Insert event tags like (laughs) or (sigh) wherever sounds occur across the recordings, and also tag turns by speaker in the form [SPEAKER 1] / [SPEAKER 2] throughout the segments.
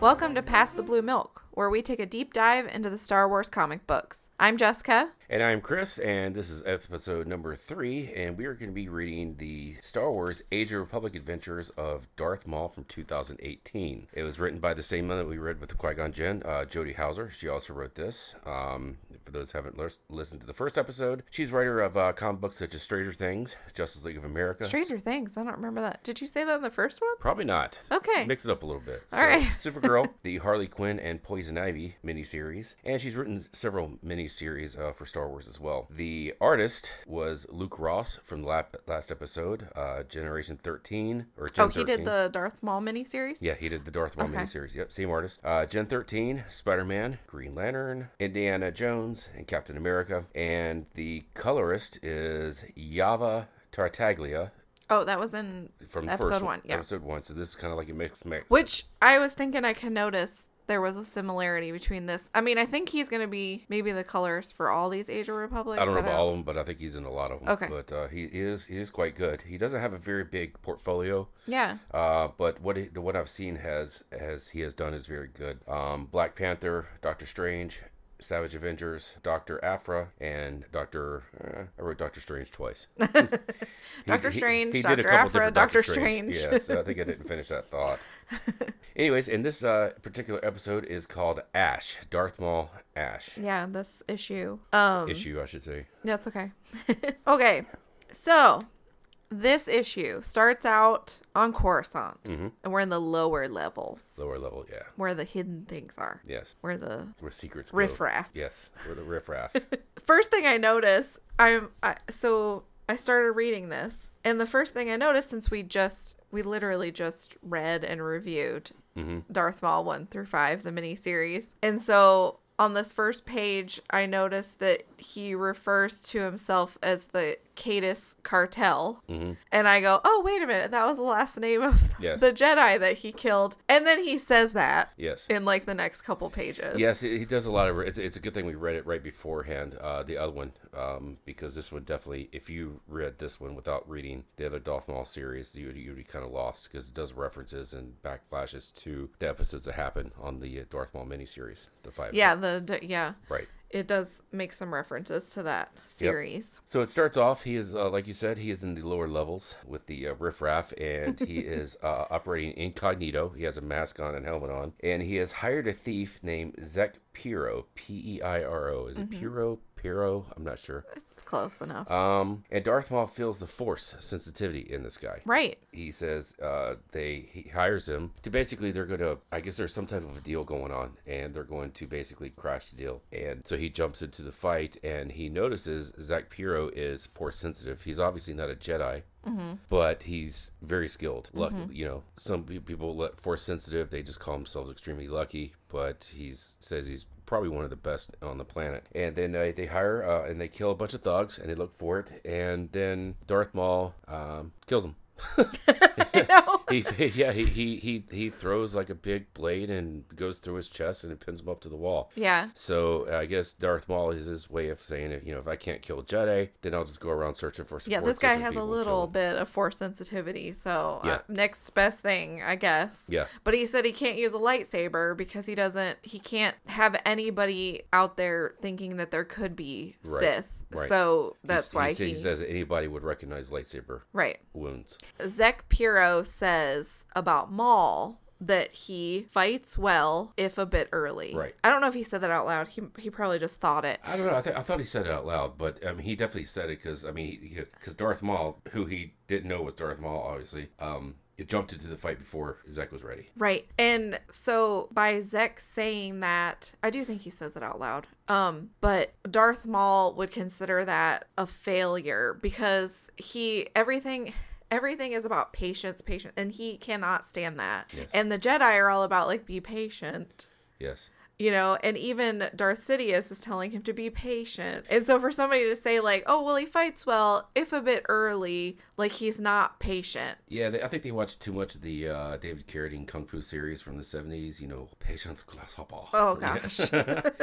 [SPEAKER 1] Welcome to Pass the Blue Milk, where we take a deep dive into the Star Wars comic books. I'm Jessica.
[SPEAKER 2] And I'm Chris, and this is episode number three, and we are going to be reading the Star Wars Age of Republic Adventures of Darth Maul from 2018. It was written by the same one that we read with Qui Gon Jinn, uh, Jodie Hauser. She also wrote this. Um, for those who haven't lis- listened to the first episode, she's writer of uh, comic books such as Stranger Things, Justice League of America.
[SPEAKER 1] Stranger Things. I don't remember that. Did you say that in the first one?
[SPEAKER 2] Probably not.
[SPEAKER 1] Okay.
[SPEAKER 2] Mix it up a little bit.
[SPEAKER 1] All right.
[SPEAKER 2] Supergirl, (laughs) the Harley Quinn and Poison Ivy miniseries, and she's written several miniseries uh, for Star Wars as well. The artist was Luke Ross from the lap- last episode, uh, Generation 13 or Gen
[SPEAKER 1] oh, he
[SPEAKER 2] 13.
[SPEAKER 1] did the Darth Maul miniseries?
[SPEAKER 2] Yeah, he did the Darth Maul
[SPEAKER 1] Okay.
[SPEAKER 2] miniseries. Yep, same artist. Uh, Gen 13, Spider Man, Green Lantern, Indiana Jones, and Captain America. And the colorist is Yava Tartaglia
[SPEAKER 1] Oh, that was in
[SPEAKER 2] from the
[SPEAKER 1] episode
[SPEAKER 2] first
[SPEAKER 1] one. Yeah.
[SPEAKER 2] Episode one. So this is kind of like a mixed mix.
[SPEAKER 1] Which I was thinking I could notice there was a similarity between this. I mean, I think he's going to be maybe the colors for all these Age of Republic.
[SPEAKER 2] I don't know
[SPEAKER 1] but uh, um,
[SPEAKER 2] about all of them, but I think he's in a lot of them.
[SPEAKER 1] Okay.
[SPEAKER 2] But uh, he is he is quite good. He doesn't have a very big portfolio,
[SPEAKER 1] Yeah.
[SPEAKER 2] uh, but what he, the what I've seen has has he has done is very good. Um, Black Panther, Doctor Strange, Savage Avengers, Doctor Afra, and Doctor eh, I wrote Doctor Strange twice. (laughs) He-
[SPEAKER 1] Doctor Strange, Doctor Afra,
[SPEAKER 2] different
[SPEAKER 1] Doctor Strange.
[SPEAKER 2] Yeah, so I think I didn't finish that
[SPEAKER 1] (laughs)
[SPEAKER 2] thought. Anyways, and this uh, particular episode is called Ash, Darth Maul Ash
[SPEAKER 1] Yeah, this issue. Um
[SPEAKER 2] issue, I should say.
[SPEAKER 1] That's okay. (laughs) okay. So this issue starts out on Coruscant,
[SPEAKER 2] Mm-hmm.
[SPEAKER 1] and we're in the lower levels
[SPEAKER 2] Lower level, yeah.
[SPEAKER 1] where the hidden things are,
[SPEAKER 2] Yes.
[SPEAKER 1] where the
[SPEAKER 2] Where secrets go.
[SPEAKER 1] riffraff.
[SPEAKER 2] Yes, where
[SPEAKER 1] (laughs)
[SPEAKER 2] the riffraff.
[SPEAKER 1] First thing I notice, I'm I, so I started reading this, and the first thing I noticed since we just we literally just read and reviewed Darth Maul one through five, the miniseries, and so. On this first page, I noticed that he refers to himself as the Cadus Cartel. And I go, oh, wait a minute. That was the last name of
[SPEAKER 2] Yes.
[SPEAKER 1] the Jedi that he killed. And then he says that
[SPEAKER 2] Yes.
[SPEAKER 1] in like the next couple pages.
[SPEAKER 2] yes, he he does a lot of. It's, it's a good thing we read it right beforehand. Uh, the other one, um, because this one definitely, if you read this one without reading the other Dolph Maul series, you you'd be kind of lost because it does references and backflashes to the episodes that happen on the uh, Darth Maul miniseries, the five.
[SPEAKER 1] Yeah, the d- yeah.
[SPEAKER 2] Right.
[SPEAKER 1] It does make some references to that series.
[SPEAKER 2] So it starts off. He is, uh, like you said, he is in the lower levels with the uh, riffraff, and he is uh, operating incognito. He has a mask on and helmet on, and he has hired a thief named Zek Piro. P E I R O. Is it Piro? Piro? I'm not sure.
[SPEAKER 1] It's close enough.
[SPEAKER 2] Um, and Darth Maul feels the Force sensitivity in this guy
[SPEAKER 1] right.
[SPEAKER 2] he says uh, they he hires him to basically they're going to I guess there's some type of a deal going on and they're going to basically crash the deal and so he jumps into the fight and he notices Zach Piro is force sensitive he's obviously not a Jedi but he's very skilled lucky you know some pe- people let force sensitive they just call themselves extremely lucky but he's says he's probably one of the best on the planet. And then uh, they hire uh, and they kill a bunch of thugs and they look for it. And then Darth Maul um, kills them. he, yeah, he, he, he, he throws like a big blade and goes through his chest and it pins him up to the wall.
[SPEAKER 1] Yeah.
[SPEAKER 2] So uh, I guess Darth Maul is his way of saying, if, you know, if I can't kill Jedi, then I'll just go around searching for some
[SPEAKER 1] Yeah,
[SPEAKER 2] force
[SPEAKER 1] this guy
[SPEAKER 2] sensitive
[SPEAKER 1] has a
[SPEAKER 2] people and kill
[SPEAKER 1] little
[SPEAKER 2] them.
[SPEAKER 1] bit of force sensitivity, so uh,
[SPEAKER 2] Yeah.
[SPEAKER 1] next best thing, I guess.
[SPEAKER 2] Yeah.
[SPEAKER 1] But he said he can't use a lightsaber because he doesn't he can't have anybody out there thinking that there could be
[SPEAKER 2] Right.
[SPEAKER 1] Sith.
[SPEAKER 2] Right.
[SPEAKER 1] So that's
[SPEAKER 2] He's-
[SPEAKER 1] why
[SPEAKER 2] he, sa-
[SPEAKER 1] he,
[SPEAKER 2] he says that anybody would recognize lightsaber
[SPEAKER 1] Right.
[SPEAKER 2] wounds.
[SPEAKER 1] Zek Piro says about Maul that he fights well if a bit early.
[SPEAKER 2] Right.
[SPEAKER 1] I don't know if he said that out loud. He he probably just thought it.
[SPEAKER 2] I don't know. I, th- I thought he said it out loud, but I mean, he definitely said it because I mean, because Darth Maul, who he didn't know was Darth Maul, obviously, um, it jumped into the fight before Zek was ready.
[SPEAKER 1] Right. And so by Zek saying that, I do think he says it out loud. Um, but Darth Maul would consider that a failure because he everything everything is about patience, patience, and he cannot stand that.
[SPEAKER 2] Yes.
[SPEAKER 1] And the Jedi are all about like be patient.
[SPEAKER 2] Yes.
[SPEAKER 1] you know, and even Darth Sidious is telling him to be patient. And so for somebody to say like, "Oh, well, he fights well, if a bit early," like he's not patient.
[SPEAKER 2] Yeah, they, I think they watched too much of the uh, David Carradine kung fu series from the '70s. You know, Patience Grasshopper.
[SPEAKER 1] Oh gosh.
[SPEAKER 2] (laughs)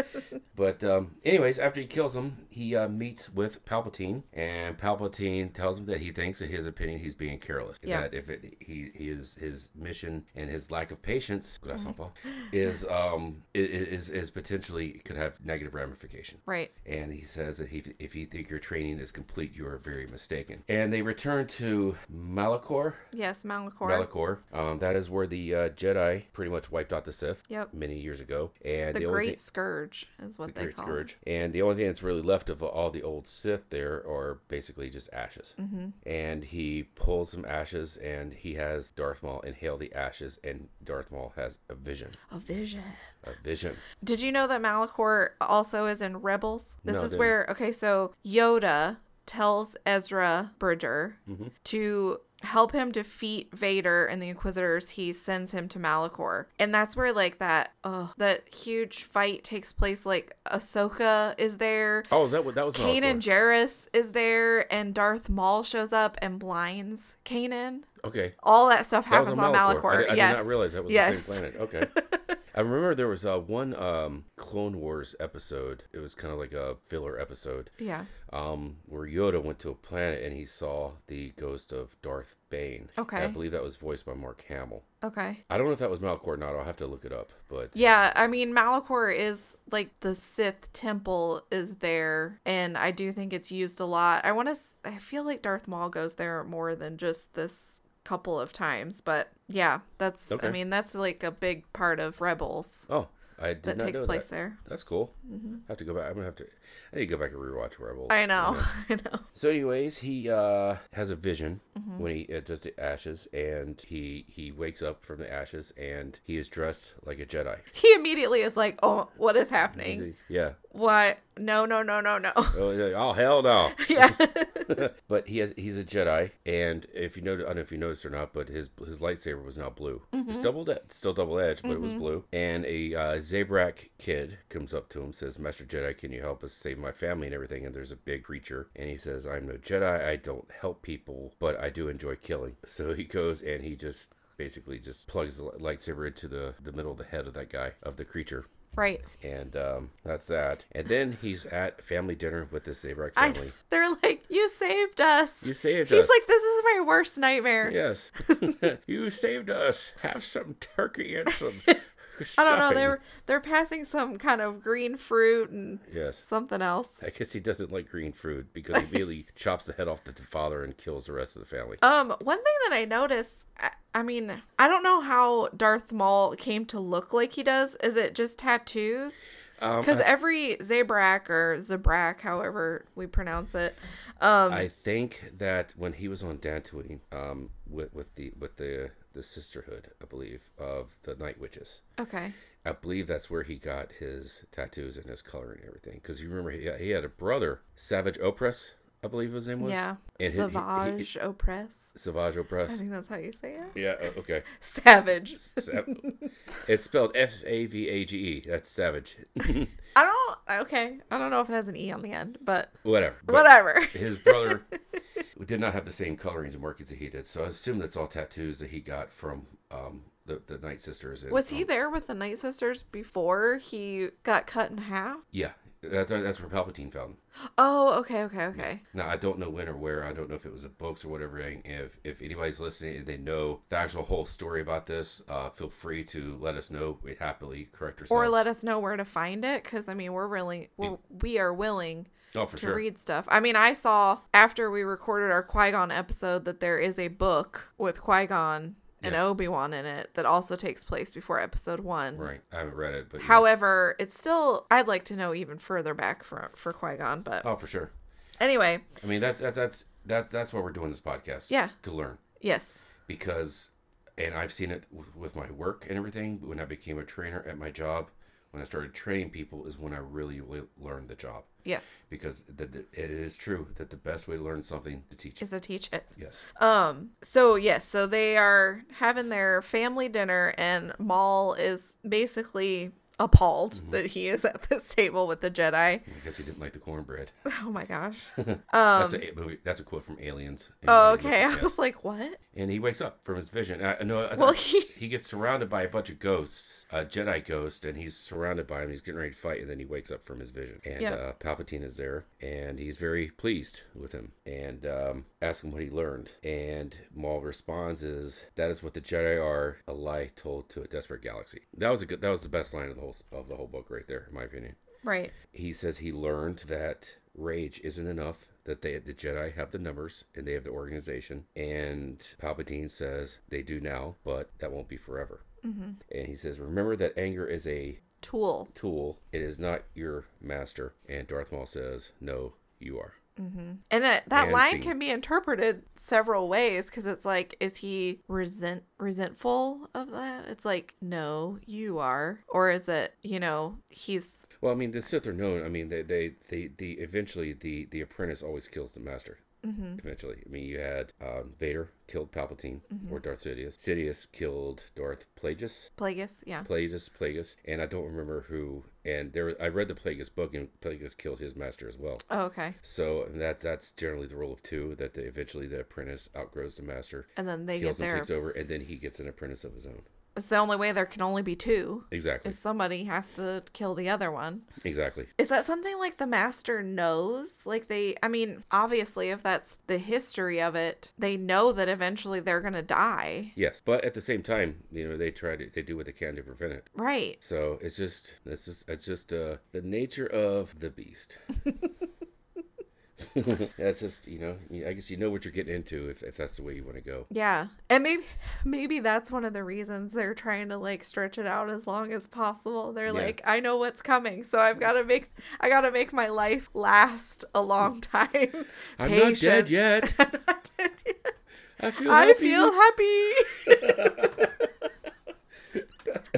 [SPEAKER 2] But um, anyways, after he kills him, he uh, meets with Palpatine, and Palpatine tells him that he thinks, in his opinion, he's being careless.
[SPEAKER 1] Yeah.
[SPEAKER 2] That if it, he, he is his mission and his lack of patience,
[SPEAKER 1] Mm-hmm.
[SPEAKER 2] grasshopper, is um i- i- is is potentially could have negative ramification.
[SPEAKER 1] right.
[SPEAKER 2] And he says that he, if you think your training is complete, you are very mistaken. And they return to Malachor.
[SPEAKER 1] Yes, Malachor.
[SPEAKER 2] Malachor. Um, that is where the uh, Jedi pretty much wiped out the Sith
[SPEAKER 1] Yep.
[SPEAKER 2] many years ago. And
[SPEAKER 1] the
[SPEAKER 2] only
[SPEAKER 1] Great
[SPEAKER 2] thi-
[SPEAKER 1] Scourge is what
[SPEAKER 2] the
[SPEAKER 1] they
[SPEAKER 2] Great
[SPEAKER 1] call.
[SPEAKER 2] Scourge. And the only thing that's really left of all the old Sith there are basically just ashes. Mm-hmm. And he pulls some ashes and he has Darth Maul inhale the ashes, and Darth Maul has a vision.
[SPEAKER 1] Him. A vision.
[SPEAKER 2] A vision.
[SPEAKER 1] Did you know that Malachor also is in Rebels? This
[SPEAKER 2] No,
[SPEAKER 1] is
[SPEAKER 2] didn't.
[SPEAKER 1] where okay, so Yoda tells Ezra Bridger
[SPEAKER 2] Mm-hmm.
[SPEAKER 1] to help him defeat Vader and the Inquisitors. He sends him to Malachor, and that's where like that oh that huge fight takes place. Like Ahsoka is there.
[SPEAKER 2] Oh, is that what that was?
[SPEAKER 1] Kanan
[SPEAKER 2] Malachor.
[SPEAKER 1] Jarrus is there, and Darth Maul shows up and blinds Kanan.
[SPEAKER 2] Okay.
[SPEAKER 1] All that stuff
[SPEAKER 2] That was
[SPEAKER 1] happens on
[SPEAKER 2] on Malachor. I,
[SPEAKER 1] Malachor.
[SPEAKER 2] di- I
[SPEAKER 1] yes.
[SPEAKER 2] did not realize that was
[SPEAKER 1] yes. (laughs)
[SPEAKER 2] the same planet. Okay. I remember there was uh, one um, Clone Wars episode. It was kind of like a filler episode.
[SPEAKER 1] Yeah.
[SPEAKER 2] um, where Yoda went to a planet and he saw the ghost of Darth Bane.
[SPEAKER 1] Okay.
[SPEAKER 2] I believe that was voiced by Mark Hamill.
[SPEAKER 1] Okay.
[SPEAKER 2] I don't know if that was Malcolm or not. I'll have to look it up. But
[SPEAKER 1] Yeah, I mean Malachor is like the Sith temple is there, and I do think it's used a lot. I want to. I feel like Darth Maul goes there more than just this couple of times, but yeah, that's. I
[SPEAKER 2] Okay.
[SPEAKER 1] mean, that's like a big part of Rebels
[SPEAKER 2] oh, I did
[SPEAKER 1] that
[SPEAKER 2] not
[SPEAKER 1] takes
[SPEAKER 2] know
[SPEAKER 1] place
[SPEAKER 2] that.
[SPEAKER 1] there.
[SPEAKER 2] That's cool. I have to go back. I'm gonna have to. I need to go back and rewatch Rebels.
[SPEAKER 1] I know. (laughs) I know.
[SPEAKER 2] So, anyways, he uh, has a vision
[SPEAKER 1] Mm-hmm.
[SPEAKER 2] when he uh, does the ashes, and he he wakes up from the ashes, and he is dressed like a Jedi.
[SPEAKER 1] He immediately is like, "Oh, what is
[SPEAKER 2] Is
[SPEAKER 1] happening?
[SPEAKER 2] he- Yeah.
[SPEAKER 1] What? No, no, no, no, (laughs) no."
[SPEAKER 2] Oh, yeah. oh hell no.
[SPEAKER 1] yeah.
[SPEAKER 2] But he has he's a Jedi, and if you know, I don't know if you noticed or not, but his his lightsaber was now blue.
[SPEAKER 1] Mm-hmm.
[SPEAKER 2] It's double ed- still double edged, but it was blue. And a uh, Zabrak kid comes up to him, says, "Master Jedi, can you help us save my family and everything?" And there's a big creature, and he says, "I'm no Jedi. I don't help people, but I do enjoy killing." (laughs) So he goes and he just basically just plugs the li- lightsaber into the the middle of the head of that guy of the creature.
[SPEAKER 1] right.
[SPEAKER 2] And um, that's that. And then he's at family dinner with this Zabrak
[SPEAKER 1] I,
[SPEAKER 2] family.
[SPEAKER 1] (laughs) they're like, "You saved us."
[SPEAKER 2] You saved
[SPEAKER 1] He's
[SPEAKER 2] us.
[SPEAKER 1] like, "This is my worst nightmare." (laughs)
[SPEAKER 2] Yes. you saved us. Have some turkey and some.
[SPEAKER 1] (laughs) I don't know.
[SPEAKER 2] stuffing.
[SPEAKER 1] They're they're passing some kind of green fruit and
[SPEAKER 2] Yes.
[SPEAKER 1] something else.
[SPEAKER 2] I guess he doesn't like green food because he
[SPEAKER 1] (laughs)
[SPEAKER 2] immediately chops the head off the the father and kills the rest of the family.
[SPEAKER 1] Um, one thing that I noticed, I, I mean, I don't know how Darth Maul came to look like he does. Is it just tattoos?
[SPEAKER 2] Um,
[SPEAKER 1] Because every Zabrak or Zabrak, however we pronounce it, um,
[SPEAKER 2] I think that when he was on Dantooine, um, with with the with the the sisterhood, I believe, of the Night Witches.
[SPEAKER 1] okay,
[SPEAKER 2] I believe that's where he got his tattoos and his color and everything. Because you remember he, he had a brother, Savage Opress, I believe his name was.
[SPEAKER 1] yeah,
[SPEAKER 2] And he- he- he-
[SPEAKER 1] Savage Oppress.
[SPEAKER 2] Savage
[SPEAKER 1] I
[SPEAKER 2] Opress.
[SPEAKER 1] think that's how you say
[SPEAKER 2] (laughs)
[SPEAKER 1] it.
[SPEAKER 2] Yeah. o- Okay.
[SPEAKER 1] Savage.
[SPEAKER 2] Sav- it's spelled S A V A G E.
[SPEAKER 1] (laughs)
[SPEAKER 2] That's savage.
[SPEAKER 1] I don't. Okay, I don't know if it has an e on the end, but
[SPEAKER 2] Whatever. But
[SPEAKER 1] whatever.
[SPEAKER 2] His brother (laughs) did not have the same colorings and markings that he did, so I assume that's all tattoos that he got from um, the the Night Sisters. And,
[SPEAKER 1] Was he
[SPEAKER 2] um,
[SPEAKER 1] there with the Night Sisters before he got cut in half?
[SPEAKER 2] yeah, that's that's where Palpatine found him.
[SPEAKER 1] Oh, okay, okay, okay.
[SPEAKER 2] Now I don't know when or where. I don't know if it was the books or whatever. and If if anybody's listening and they know the actual whole story about this, uh, feel free to let us know. We happily correct ourselves.
[SPEAKER 1] Or let us know where to find it, because I mean, we're really we're, we are willing
[SPEAKER 2] oh, for
[SPEAKER 1] to
[SPEAKER 2] sure.
[SPEAKER 1] read stuff. I mean, I saw after we recorded our Qui Gon episode that there is a book with Qui Gon and
[SPEAKER 2] Yeah.
[SPEAKER 1] Obi Wan in it that also takes place before Episode One.
[SPEAKER 2] Right. I haven't read it, but yeah.
[SPEAKER 1] However, it's still I'd like to know even further back for for Qui Gon, but
[SPEAKER 2] Oh, for sure.
[SPEAKER 1] anyway,
[SPEAKER 2] I mean that's that, that's that's that's why we're doing this podcast.
[SPEAKER 1] Yeah.
[SPEAKER 2] To learn
[SPEAKER 1] yes,
[SPEAKER 2] because, and I've seen it with, with my work and everything. When I became a trainer at my job, when I started training people, is when I really, really learned the job
[SPEAKER 1] yes,
[SPEAKER 2] because the, the, it is true that the best way to learn something to teach. it.
[SPEAKER 1] is to teach it.
[SPEAKER 2] yes.
[SPEAKER 1] Um, so yes, so they are having their family dinner and Maul is basically appalled
[SPEAKER 2] Mm-hmm.
[SPEAKER 1] that he is at (laughs) this table with the Jedi.
[SPEAKER 2] I guess he didn't like the cornbread.
[SPEAKER 1] Oh my gosh.
[SPEAKER 2] that's a movie. That's a quote from Aliens.
[SPEAKER 1] Um, Oh,
[SPEAKER 2] And he
[SPEAKER 1] okay. I
[SPEAKER 2] wakes up-
[SPEAKER 1] was like, what?
[SPEAKER 2] yeah. And he wakes up from his vision. I, no, I-
[SPEAKER 1] Well,
[SPEAKER 2] (laughs) I-
[SPEAKER 1] he- (laughs)
[SPEAKER 2] he gets surrounded by a bunch of ghosts, a Jedi ghost, and he's surrounded by him. He's getting ready to fight, and then he wakes up from his vision. And
[SPEAKER 1] Yeah.
[SPEAKER 2] uh, Palpatine is there, and he's very pleased with him, and um, asks him what he learned. And Maul responds, "Is that is what the Jedi are? A lie told to a desperate galaxy." That was a good. That was the best line of the whole of the whole book, right there, in my opinion.
[SPEAKER 1] Right.
[SPEAKER 2] He says he learned that rage isn't enough. That they, the Jedi have the numbers and they have the organization. And Palpatine says they do now, but that won't be forever. And he says, remember that anger is a
[SPEAKER 1] Tool.
[SPEAKER 2] tool. It is not your master. And Darth Maul says, no, you are.
[SPEAKER 1] And that, that
[SPEAKER 2] And
[SPEAKER 1] line
[SPEAKER 2] scene.
[SPEAKER 1] can be interpreted several ways because it's like, is he resent resentful of that? It's like, no, you are. Or is it, you know, he's
[SPEAKER 2] Well, I mean, the Sith are known. I mean, they, they, they, the eventually the the apprentice always kills the master. Mm-hmm. Eventually, I mean, you had um, Vader killed Palpatine or Darth Sidious. Sidious killed Darth Plagueis.
[SPEAKER 1] Plagueis? Yeah.
[SPEAKER 2] Plagueis, Plagueis, and I don't remember who. And there, I read the Plagueis book, and Plagueis killed his master as well.
[SPEAKER 1] Oh, okay.
[SPEAKER 2] So that that's generally the rule of two that the, eventually the apprentice outgrows the master,
[SPEAKER 1] And then they
[SPEAKER 2] kills
[SPEAKER 1] get
[SPEAKER 2] him,
[SPEAKER 1] there.
[SPEAKER 2] takes over, and then he gets an apprentice of his own.
[SPEAKER 1] It's the only way there can only be two.
[SPEAKER 2] Exactly,
[SPEAKER 1] Is somebody has to kill the other one.
[SPEAKER 2] exactly.
[SPEAKER 1] Is that something like the master knows? Like they, I mean, obviously, if that's the history of it, they know that eventually they're going to die.
[SPEAKER 2] Yes, but at the same time, you know, they try to they do what they can to prevent it.
[SPEAKER 1] Right.
[SPEAKER 2] So it's just it's just it's just uh, the nature of
[SPEAKER 1] (laughs)
[SPEAKER 2] the beast. (laughs) that's just you know you- I guess you know what you're getting into if, if that's the way you want to go.
[SPEAKER 1] Yeah. And maybe (laughs) maybe that's one of the reasons they're trying to like stretch it out as long as possible. They're
[SPEAKER 2] Yeah.
[SPEAKER 1] like, I know what's coming, so I've got to make I got to make my life last a long (laughs) time.
[SPEAKER 2] I'm not dead yet.
[SPEAKER 1] (laughs) I'm not dead yet.
[SPEAKER 2] I feel
[SPEAKER 1] I
[SPEAKER 2] happy.
[SPEAKER 1] feel happy.
[SPEAKER 2] (laughs)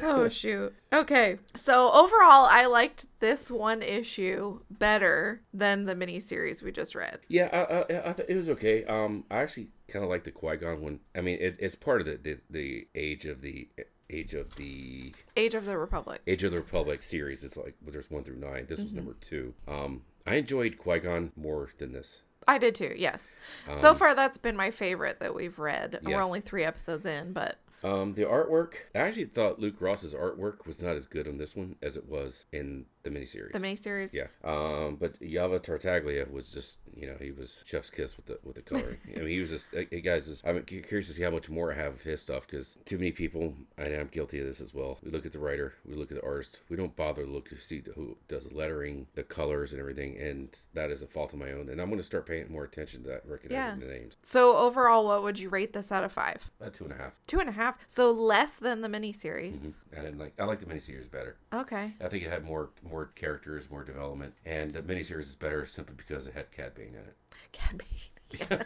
[SPEAKER 1] oh shoot. Okay. So overall, I liked this one issue better than the miniseries we just read.
[SPEAKER 2] Yeah, I, I, I th- it was okay. Um, I actually kind of like the Qui Gon one. I mean, it, it's part of the, the the age of the age of the
[SPEAKER 1] Age of the Republic.
[SPEAKER 2] Age of the Republic series. It's like well, there's one through nine. This
[SPEAKER 1] Mm-hmm.
[SPEAKER 2] was number two. Um, I enjoyed Qui Gon more than this.
[SPEAKER 1] I did too. Yes. so
[SPEAKER 2] Um,
[SPEAKER 1] far, that's been my favorite that we've read. We're only three episodes in, but
[SPEAKER 2] Um, the artwork. I actually thought Luke Ross's artwork was not as good on this one as it was in the miniseries.
[SPEAKER 1] the miniseries.
[SPEAKER 2] yeah. Um, but Yava Tartaglia was just, you know, he was chef's kiss with the with the coloring. I mean, he was just, a guy's just. I'm cu- curious to see how much more I have of his stuff because too many people, and I'm guilty of this as well. We look at the writer, we look at the artist, we don't bother to look to see who does the lettering, the colors, and everything. And that is a fault of my own. And I'm going to start paying more attention to that, recognizing
[SPEAKER 1] Yeah.
[SPEAKER 2] the names.
[SPEAKER 1] So overall, what would you rate this out of five?
[SPEAKER 2] About two and a half.
[SPEAKER 1] Two and a half. So less than the miniseries.
[SPEAKER 2] I didn't like. I like the miniseries better.
[SPEAKER 1] Okay.
[SPEAKER 2] I think it had more more characters, more development, and the miniseries is better simply because it had Cad Bane in it.
[SPEAKER 1] Can be.
[SPEAKER 2] (laughs)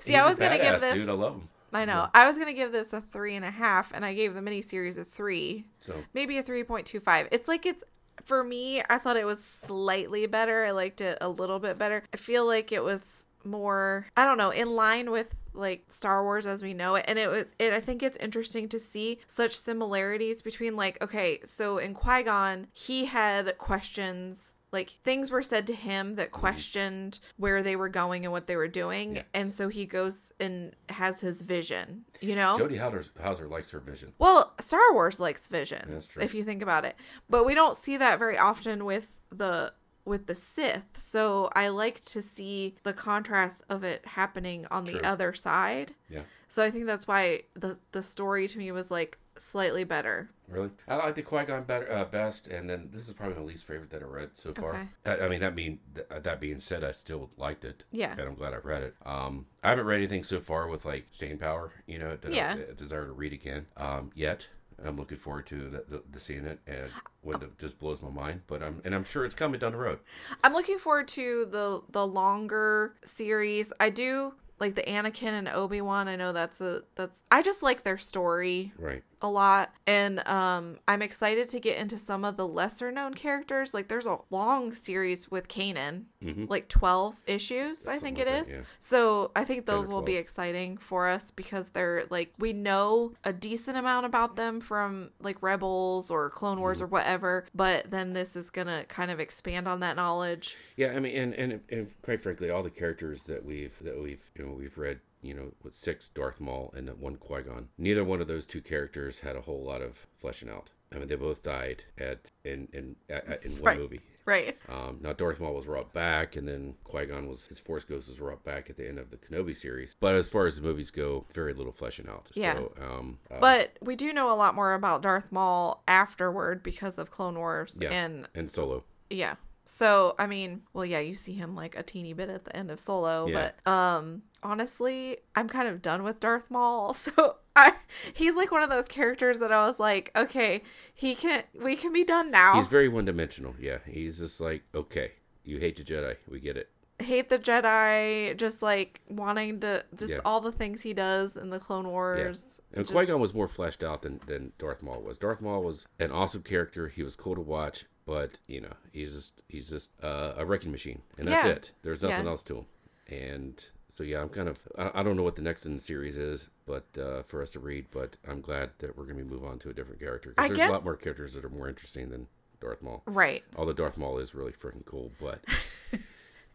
[SPEAKER 1] See,
[SPEAKER 2] He's
[SPEAKER 1] I
[SPEAKER 2] a
[SPEAKER 1] was gonna give
[SPEAKER 2] badass,
[SPEAKER 1] this.
[SPEAKER 2] Dude, I love him.
[SPEAKER 1] I know. I was gonna give this a three and a half, and I gave the miniseries a three,
[SPEAKER 2] So
[SPEAKER 1] maybe a three point two five. It's like it's for me. I thought it was slightly better. I liked it a little bit better. I feel like it was more. I don't know, in line with like Star Wars as we know it, and it was. It. I think it's interesting to see such similarities between like okay, so in Qui Gon, he had questions like things were said to him that questioned where they were going and what they were doing and so he goes and has his vision you know
[SPEAKER 2] Jodie Hauser, Hauser likes her vision.
[SPEAKER 1] well star wars likes visions
[SPEAKER 2] That's true.
[SPEAKER 1] if you think about it but we don't see that very often with the with the sith so i like to see the contrast of it happening on
[SPEAKER 2] True.
[SPEAKER 1] the other side
[SPEAKER 2] Yeah,
[SPEAKER 1] so i think that's why the the story to me was like slightly better
[SPEAKER 2] really. I like the Qui Gon better uh, best, and then this is probably my least favorite that I read so far.
[SPEAKER 1] Okay.
[SPEAKER 2] I, I mean, that mean th- uh, that being said, I still liked it.
[SPEAKER 1] Yeah.
[SPEAKER 2] and I'm glad I read it. Um, I haven't read anything so far with like staying power. You know, that
[SPEAKER 1] Yeah.
[SPEAKER 2] I, I desire to read again. Um, yet. I'm looking forward to the, the, the seeing it, and
[SPEAKER 1] Uh,
[SPEAKER 2] when it just blows my mind. But I'm and I'm sure it's coming down the road.
[SPEAKER 1] I'm looking forward to the the longer series. I do like the Anakin and Obi Wan. I know that's a that's I just like their story
[SPEAKER 2] Right.
[SPEAKER 1] a lot, and um, I'm excited to get into some of the lesser known characters. Like there's a long series with Kanan,
[SPEAKER 2] Mm-hmm.
[SPEAKER 1] like 12 issues, I think it
[SPEAKER 2] like
[SPEAKER 1] is.
[SPEAKER 2] that, yeah.
[SPEAKER 1] So I think those will be
[SPEAKER 2] 12.
[SPEAKER 1] exciting for us because they're like we know a decent amount about them from like Rebels or Clone
[SPEAKER 2] Mm-hmm.
[SPEAKER 1] Wars or whatever, but then this is gonna kind of expand on that knowledge.
[SPEAKER 2] Yeah, I mean, and, and and quite frankly, all the characters that we've that we've you know we've read, you know, with six Darth Maul and that one Qui Gon. Neither one of those two characters had a whole lot of fleshing out. I mean, they both died at in in at, at- in one
[SPEAKER 1] Right.
[SPEAKER 2] movie.
[SPEAKER 1] Right.
[SPEAKER 2] Um, now Darth Maul was brought back, and then Qui Gon was his Force Ghost was brought back at the end of the Kenobi series. But as far as the movies go, very little fleshing out.
[SPEAKER 1] Yeah.
[SPEAKER 2] So, um, uh,
[SPEAKER 1] But we do know a lot more about Darth Maul afterward because of Clone Wars
[SPEAKER 2] yeah,
[SPEAKER 1] and
[SPEAKER 2] and Solo.
[SPEAKER 1] yeah. So I mean, well yeah, you see him like a teeny bit at the end of Solo,
[SPEAKER 2] Yeah.
[SPEAKER 1] but um honestly, I'm kind of done with Darth Maul. (laughs) So I he's like one of those characters that I was like, okay, he can we can be done now.
[SPEAKER 2] He's very one dimensional. Yeah, he's just like, okay, you hate the Jedi, we get it.
[SPEAKER 1] Hate the Jedi, just like wanting to just
[SPEAKER 2] Yeah.
[SPEAKER 1] all the things he does in the Clone Wars.
[SPEAKER 2] And
[SPEAKER 1] Just-
[SPEAKER 2] Qui Gon was more fleshed out than, than Darth Maul was. Darth Maul was an awesome character. He was cool to watch, but you know, he's just he's just uh, a wrecking machine, and that's
[SPEAKER 1] Yeah.
[SPEAKER 2] it. There's nothing
[SPEAKER 1] Yeah.
[SPEAKER 2] else to him. And so yeah, I'm kind of I, I don't know what the next in the series is, but uh, for us to read. But I'm glad that we're gonna be move on to a different character
[SPEAKER 1] I
[SPEAKER 2] because there's a
[SPEAKER 1] guess-
[SPEAKER 2] lot more characters that are more interesting than Darth Maul.
[SPEAKER 1] Right.
[SPEAKER 2] Although Darth Maul is really freaking cool, but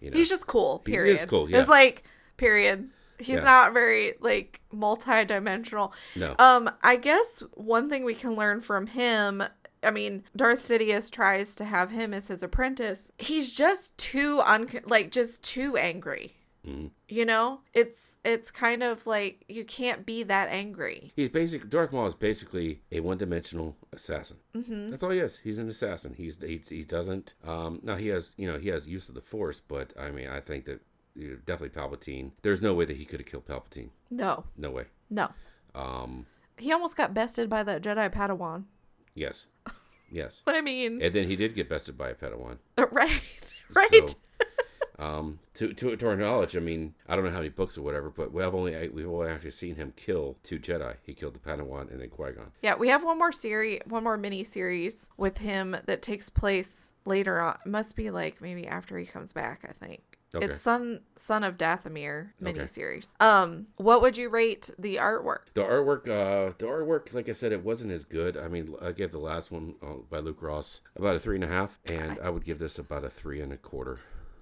[SPEAKER 2] you know,
[SPEAKER 1] He's just cool.
[SPEAKER 2] He is
[SPEAKER 1] Period.
[SPEAKER 2] cool, yeah.
[SPEAKER 1] It's like period. He's
[SPEAKER 2] Yeah.
[SPEAKER 1] not very like multi-dimensional.
[SPEAKER 2] no,
[SPEAKER 1] Um, I guess one thing we can learn from him. I mean, Darth Sidious tries to have him as his apprentice. He's just too un like just too angry.
[SPEAKER 2] Mhm.
[SPEAKER 1] You know, it's it's kind of like you can't be that angry.
[SPEAKER 2] He's basic. Darth Maul is basically a one-dimensional assassin. Mm-hmm. That's all he is. He's an assassin. He's he, he doesn't. Um, now he has you know he has use of the Force, but I mean I think that you know, definitely Palpatine. There's no way that he could have killed Palpatine.
[SPEAKER 1] No,
[SPEAKER 2] No way.
[SPEAKER 1] no.
[SPEAKER 2] Um,
[SPEAKER 1] He almost got bested by that Jedi Padawan. (laughs)
[SPEAKER 2] yes, yes.
[SPEAKER 1] But I mean,
[SPEAKER 2] And then he did get bested by a Padawan.
[SPEAKER 1] (laughs) right, right.
[SPEAKER 2] So, um, to, to to our knowledge, I mean, I don't know how many books or whatever, but we have only I- we've only actually seen him kill two Jedi. He killed the Padawan and then Qui Gon.
[SPEAKER 1] Yeah, we have one more series, one more mini series with him that takes place later on. It must be like maybe after he comes back, I think.
[SPEAKER 2] Okay.
[SPEAKER 1] It's son son of Dathomir
[SPEAKER 2] Okay.
[SPEAKER 1] mini series. Um, what would you rate the artwork?
[SPEAKER 2] The artwork, uh, the artwork, like I said, it wasn't as good. I mean, I gave the last one uh, by Luke Ross about a three and a half, and I would give this about a three and a quarter.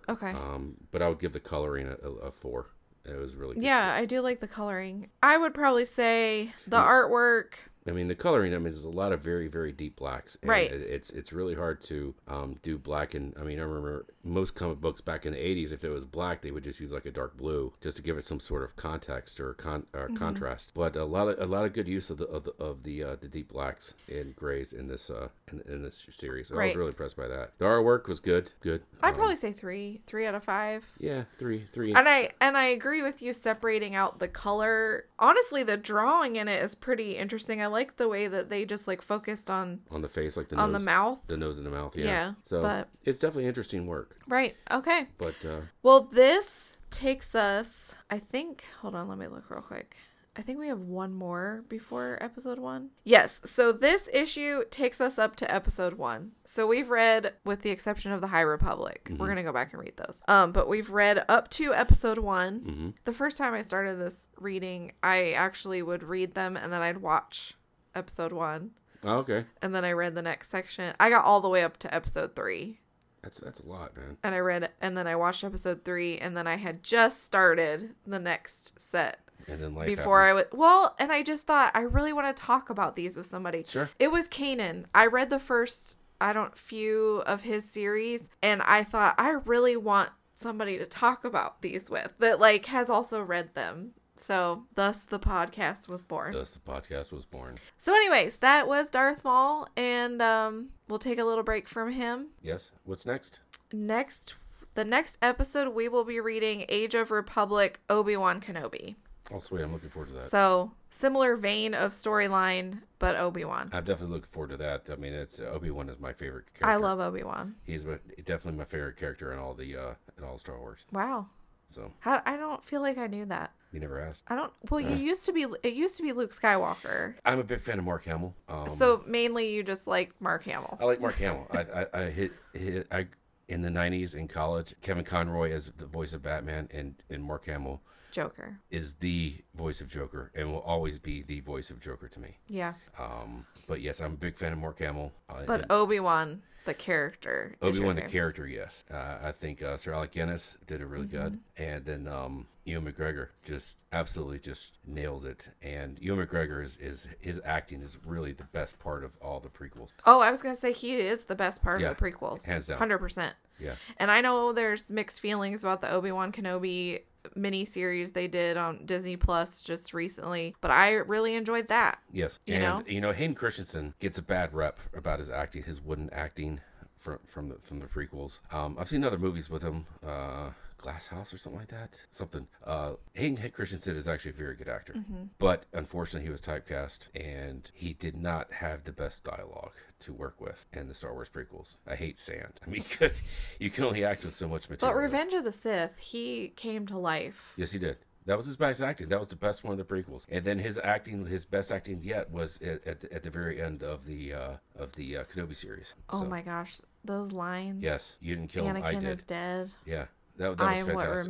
[SPEAKER 1] Okay.
[SPEAKER 2] Um, but I would give the coloring a, a, a four. It was really good.
[SPEAKER 1] yeah, I do like the coloring. I would probably say the artwork.
[SPEAKER 2] I mean, the coloring. I mean, there's a lot of very, very deep blacks. And
[SPEAKER 1] Right.
[SPEAKER 2] it- It's it's really hard to um, do black. And I mean, I remember most comic books back in the '80s, if it was black, they would just use like a dark blue just to give it some sort of context or con or
[SPEAKER 1] Mm-hmm.
[SPEAKER 2] contrast. But a lot of a lot of good use of the of the of the, uh, the deep blacks and grays in this uh in, in this series. I was
[SPEAKER 1] Right.
[SPEAKER 2] really impressed by that. The artwork was good. Good.
[SPEAKER 1] I'd
[SPEAKER 2] Um,
[SPEAKER 1] probably say three, three out of five.
[SPEAKER 2] yeah, three, three.
[SPEAKER 1] And I and I agree with you separating out the color. Honestly, the drawing in it is pretty interesting. I like the way that they just like focused on
[SPEAKER 2] on the face, like the
[SPEAKER 1] on
[SPEAKER 2] nose,
[SPEAKER 1] the mouth.
[SPEAKER 2] the nose and the mouth. Yeah.
[SPEAKER 1] Yeah,
[SPEAKER 2] so
[SPEAKER 1] but-
[SPEAKER 2] it's definitely interesting work.
[SPEAKER 1] Right. Okay.
[SPEAKER 2] But uh,
[SPEAKER 1] Well, this takes us, I think, hold on, let me look real quick. I think we have one more before episode one. Yes. So this issue takes us up to episode one. So we've read, with the exception of the High Republic, we're going to go back and read those. Um, but we've read up to episode one. The first time I started this reading, I actually would read them and then I'd watch episode one.
[SPEAKER 2] oh, okay,
[SPEAKER 1] And then I read the next section. I got all the way up to episode three
[SPEAKER 2] that's that's a lot, man.
[SPEAKER 1] and I read and then I watched episode three and then I had just started the next set
[SPEAKER 2] And then life
[SPEAKER 1] before
[SPEAKER 2] happened.
[SPEAKER 1] I would well and I just thought I really want to talk about these with somebody.
[SPEAKER 2] Sure.
[SPEAKER 1] It was Kanan. I read the first I don't few of his series and I thought I really want somebody to talk about these with that like has also read them. So thus the podcast was born.
[SPEAKER 2] Thus, the podcast was born.
[SPEAKER 1] So anyways, that was Darth Maul and um we'll take a little break from him
[SPEAKER 2] Yes. What's next?
[SPEAKER 1] next the next episode we will be reading Age of Republic Obi-Wan Kenobi.
[SPEAKER 2] Oh, sweet. I'm looking forward to that.
[SPEAKER 1] So, similar vein of storyline but Obi-Wan.
[SPEAKER 2] I'm definitely looking forward to that. I mean, it's Obi Wan is my favorite character.
[SPEAKER 1] I love Obi-Wan.
[SPEAKER 2] He's my, definitely my favorite character in all the uh in all Star Wars.
[SPEAKER 1] Wow.
[SPEAKER 2] So
[SPEAKER 1] How, I don't feel like I knew that.
[SPEAKER 2] you never asked.
[SPEAKER 1] I don't. Well, you used to be. It used to be Luke Skywalker.
[SPEAKER 2] I'm a big fan of Mark Hamill. Um,
[SPEAKER 1] So mainly, you just like Mark Hamill.
[SPEAKER 2] I like Mark Hamill. I, I, I hit, hit I in the '90s in college. Kevin Conroy as the voice of Batman, and and Mark Hamill
[SPEAKER 1] Joker.
[SPEAKER 2] is the voice of Joker, and will always be the voice of Joker to me.
[SPEAKER 1] Yeah.
[SPEAKER 2] Um, but yes, I'm a big fan of Mark Hamill. Uh,
[SPEAKER 1] But Obi Wan, the character. is
[SPEAKER 2] Obi
[SPEAKER 1] your
[SPEAKER 2] Wan the
[SPEAKER 1] favorite.
[SPEAKER 2] character, yes. Uh, I think uh, Sir Alec Guinness did it really good, and then um, Ewan McGregor just absolutely just nails it. And Ewan McGregor is, is his acting is really the best part of all the prequels.
[SPEAKER 1] Oh, I was gonna say he is the best part
[SPEAKER 2] Yeah,
[SPEAKER 1] of the prequels.
[SPEAKER 2] hands down.
[SPEAKER 1] Hundred percent.
[SPEAKER 2] Yeah,
[SPEAKER 1] And I know there's mixed feelings about the Obi Wan Kenobi miniseries they did on Disney Plus just recently, but I really enjoyed that.
[SPEAKER 2] yes.
[SPEAKER 1] You
[SPEAKER 2] and
[SPEAKER 1] know?
[SPEAKER 2] you know Hayden Christensen gets a bad rep about his acting, his wooden acting from from the, from the prequels. Um, I've seen other movies with him. Uh, Glass House or something like that. Something. Uh, Hayden Christensen is actually a very good actor,
[SPEAKER 1] Mm-hmm.
[SPEAKER 2] but unfortunately, he was typecast and he did not have the best dialogue to work with in the Star Wars prequels. I hate sand. I mean, (laughs) because you can only act with so much
[SPEAKER 1] But
[SPEAKER 2] material.
[SPEAKER 1] Revenge of the Sith, he came to life.
[SPEAKER 2] Yes, he did. That was his best acting. That was the best one of the prequels. And then his acting, his best acting yet, was at, at, the, at the very end of the uh, of the uh, Kenobi series.
[SPEAKER 1] Oh
[SPEAKER 2] So,
[SPEAKER 1] my gosh, those lines.
[SPEAKER 2] Yes, you didn't kill him. I
[SPEAKER 1] Anakin
[SPEAKER 2] did.
[SPEAKER 1] is dead.
[SPEAKER 2] Yeah, that, that
[SPEAKER 1] I
[SPEAKER 2] was
[SPEAKER 1] am what
[SPEAKER 2] fantastic.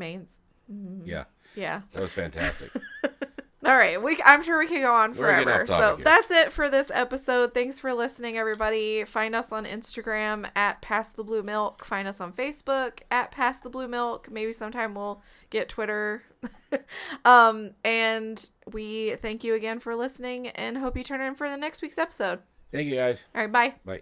[SPEAKER 1] remains.
[SPEAKER 2] Yeah,
[SPEAKER 1] Yeah.
[SPEAKER 2] that was fantastic. (laughs)
[SPEAKER 1] All right, we I'm sure we could go on
[SPEAKER 2] We're getting
[SPEAKER 1] forever.
[SPEAKER 2] off
[SPEAKER 1] So
[SPEAKER 2] topic here.
[SPEAKER 1] that's it for this episode. Thanks for listening, everybody. Find us on Instagram at Past the Blue Milk. Find us on Facebook at Past the Blue Milk. Maybe sometime we'll get Twitter. (laughs) um, and we thank you again for listening and hope you turn in for the next week's episode.
[SPEAKER 2] Thank you guys.
[SPEAKER 1] All right, bye.
[SPEAKER 2] Bye.